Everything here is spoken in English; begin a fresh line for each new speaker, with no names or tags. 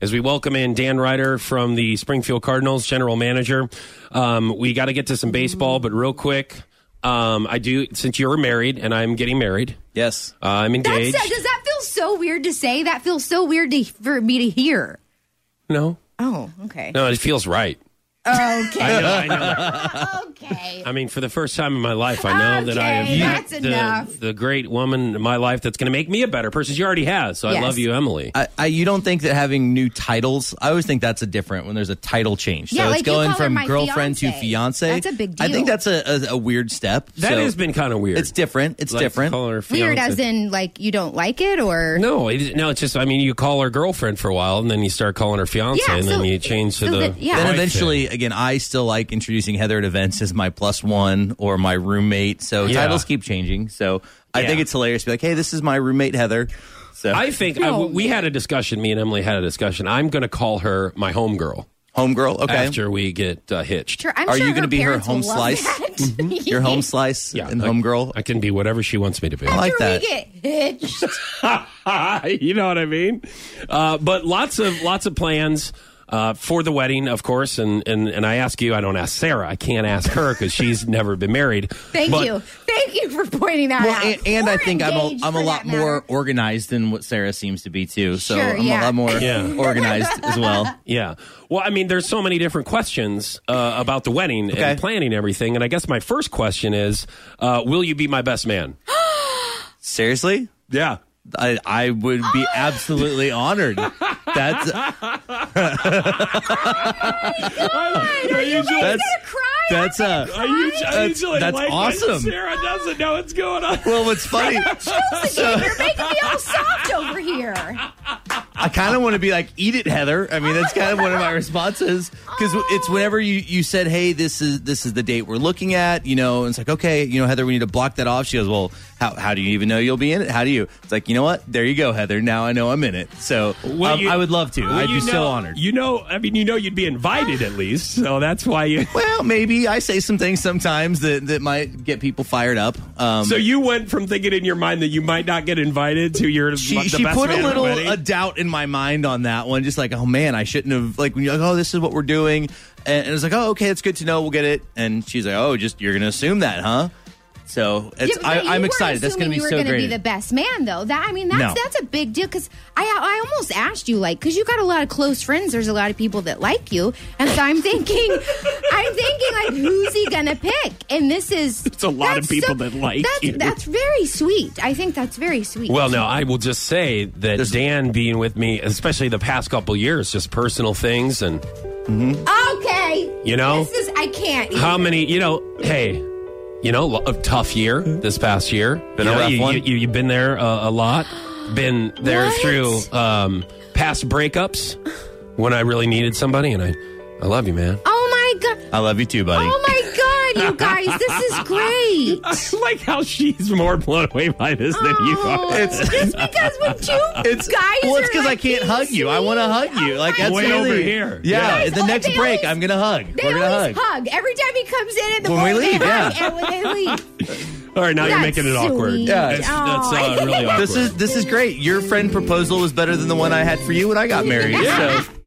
as we welcome in Dan Ryder from the Springfield Cardinals, general manager. Um, we got to get to some baseball, but real quick, um, I do since you're married and I'm getting married.
Yes.
Uh, I'm
That's,
engaged.
does that feel so weird to say? That feels so weird to, for me to hear.
no,
Oh, okay.
no, it feels right.
Okay.
I know, I know.
okay.
I mean, for the first time in my life, I know that I
Okay,
have
that's
met
enough.
the, the great woman in my life that's going to make me a better person. She already has, so I
Yes.
love you, Emily.
I, I, you don't think that having new titles? I always think that's a different when there's a title change.
Yeah,
so
like
it's
you
going
call her
from
my
girlfriend to
fiance.
fiance.
That's a big
I
deal.
think that's a, a, a weird step.
That
so
has been kind of weird.
It's different. It's
Like,
different.
call her
Weird
fiance.
as in like you don't like it or
No, it, no, it's just I mean, you call her girlfriend for a while, and then you start calling her fiance,
Yeah,
and then
so-
you change to
so
the
that- yeah.
wife
Then
Right,
eventually, again, I still like introducing Heather at events as my plus one or my roommate. So
Yeah.
titles keep changing. So I
Yeah.
think it's hilarious to be like, hey, this is my roommate Heather. So
thing. I think I, we had a discussion. Me and Emily had a discussion. I'm going to call her my homegirl
homegirl. Okay.
after we get uh, hitched.
Sure, I'm
Are
sure
you gonna
her
be her
parents
home
will love
slice?
that.
Your home slice
Yeah,
and
I-
homegirl.
I can be whatever she wants me to be.
I like
After
that.
we get hitched.
you know what I mean? Uh, but lots of lots of plans uh, for the wedding, of course. And, and and I ask you, I don't ask Sarah. I can't ask her because she's never been married.
Thank
But-
you. Thank you for pointing that
Well,
out.
and, and I
Or
think I'm a,
engaged,
I'm a
for
lot
that matter.
more organized than what Sarah seems to be too. So
Sure,
I'm a
yeah.
lot more
Yeah.
organized as well.
Yeah. Well, I mean, there's so many different questions uh, about the wedding
Okay.
and planning everything. And I guess my first question is, uh, will you be my best man?
Seriously,
Yeah.
I, I would be absolutely honored. That's
Are you just,
that's
I'm gonna cry.
that's a. that's- that's awesome.
Sarah doesn't know what's going on.
Well, what's funny?
Again, You're making me all soft over here.
I kind of want to be like, eat it, Heather. I mean, that's kind of one of my responses because it's whenever you, you said, hey, this is this is the date we're looking at, you know, and it's like, okay, you know, Heather, we need to block that off. She goes, well, how, how do you even know you'll be in it? How do you? It's like, you know what? There you go, Heather. Now I know I'm in it. So
Well,
um,
you-
I would love to.
well,
I'd be
you know-
so honored.
You know, I mean, you know, you'd be invited at least, so that's why you.
well, maybe I say some things sometimes that, that might get people fired up. Um,
So you went from thinking in your mind that you might not get invited to your
she,
the
she
best
put a
man
little
wedding.
a doubt in my mind on that one just like oh man i shouldn't have like when you're like oh this is what we're doing and, and it's like oh okay it's good to know we'll get it and she's like oh just you're gonna assume that huh so it's
Yeah, but
I,
you
i'm
were
excited that's gonna
assuming
be
you were
so
gonna
great
Be the best man, though. That I mean, that's
No.
that's a big deal because I I almost asked you like because you got a lot of close friends. There's a lot of people that like you, and so I'm thinking, I'm thinking like, who's he gonna pick? And this is
It's a lot of
that's
people that like
that's,
you.
That's very sweet. I think that's very sweet.
Well, no, I will just say that Dan being with me, especially the past couple years, just personal things and
okay,
You know?
this is I can't.
how many, you know, hey, you know, lo- a tough year this past year.
Been
you
a
know,
rough
you,
one.
You, you, have been there uh, a lot. Been there
What?
through um, past breakups when I really needed somebody, and I, I love you, man.
Oh my god.
i love you too buddy
Oh my god, you guys, this is great.
like how she's more blown away by this
Oh, just because we two
it's
guys.
well it's
because
because i can't hug you i want to hug
Oh
you like that's
Way
the only-
over here.
yeah,
Yeah.
at the
Guys,
next
they
break
always-
i'm gonna hug
They
we're gonna
always
hug
hug. every time he comes in at the
When we
morning,
leave,
they hug,
yeah.
and when they leave.
All right, now you're
That's
making it awkward.
sweet.
Yeah.
that's, that's uh, really awkward.
this is this is great your friend proposal was better than the one i had for you when i got married so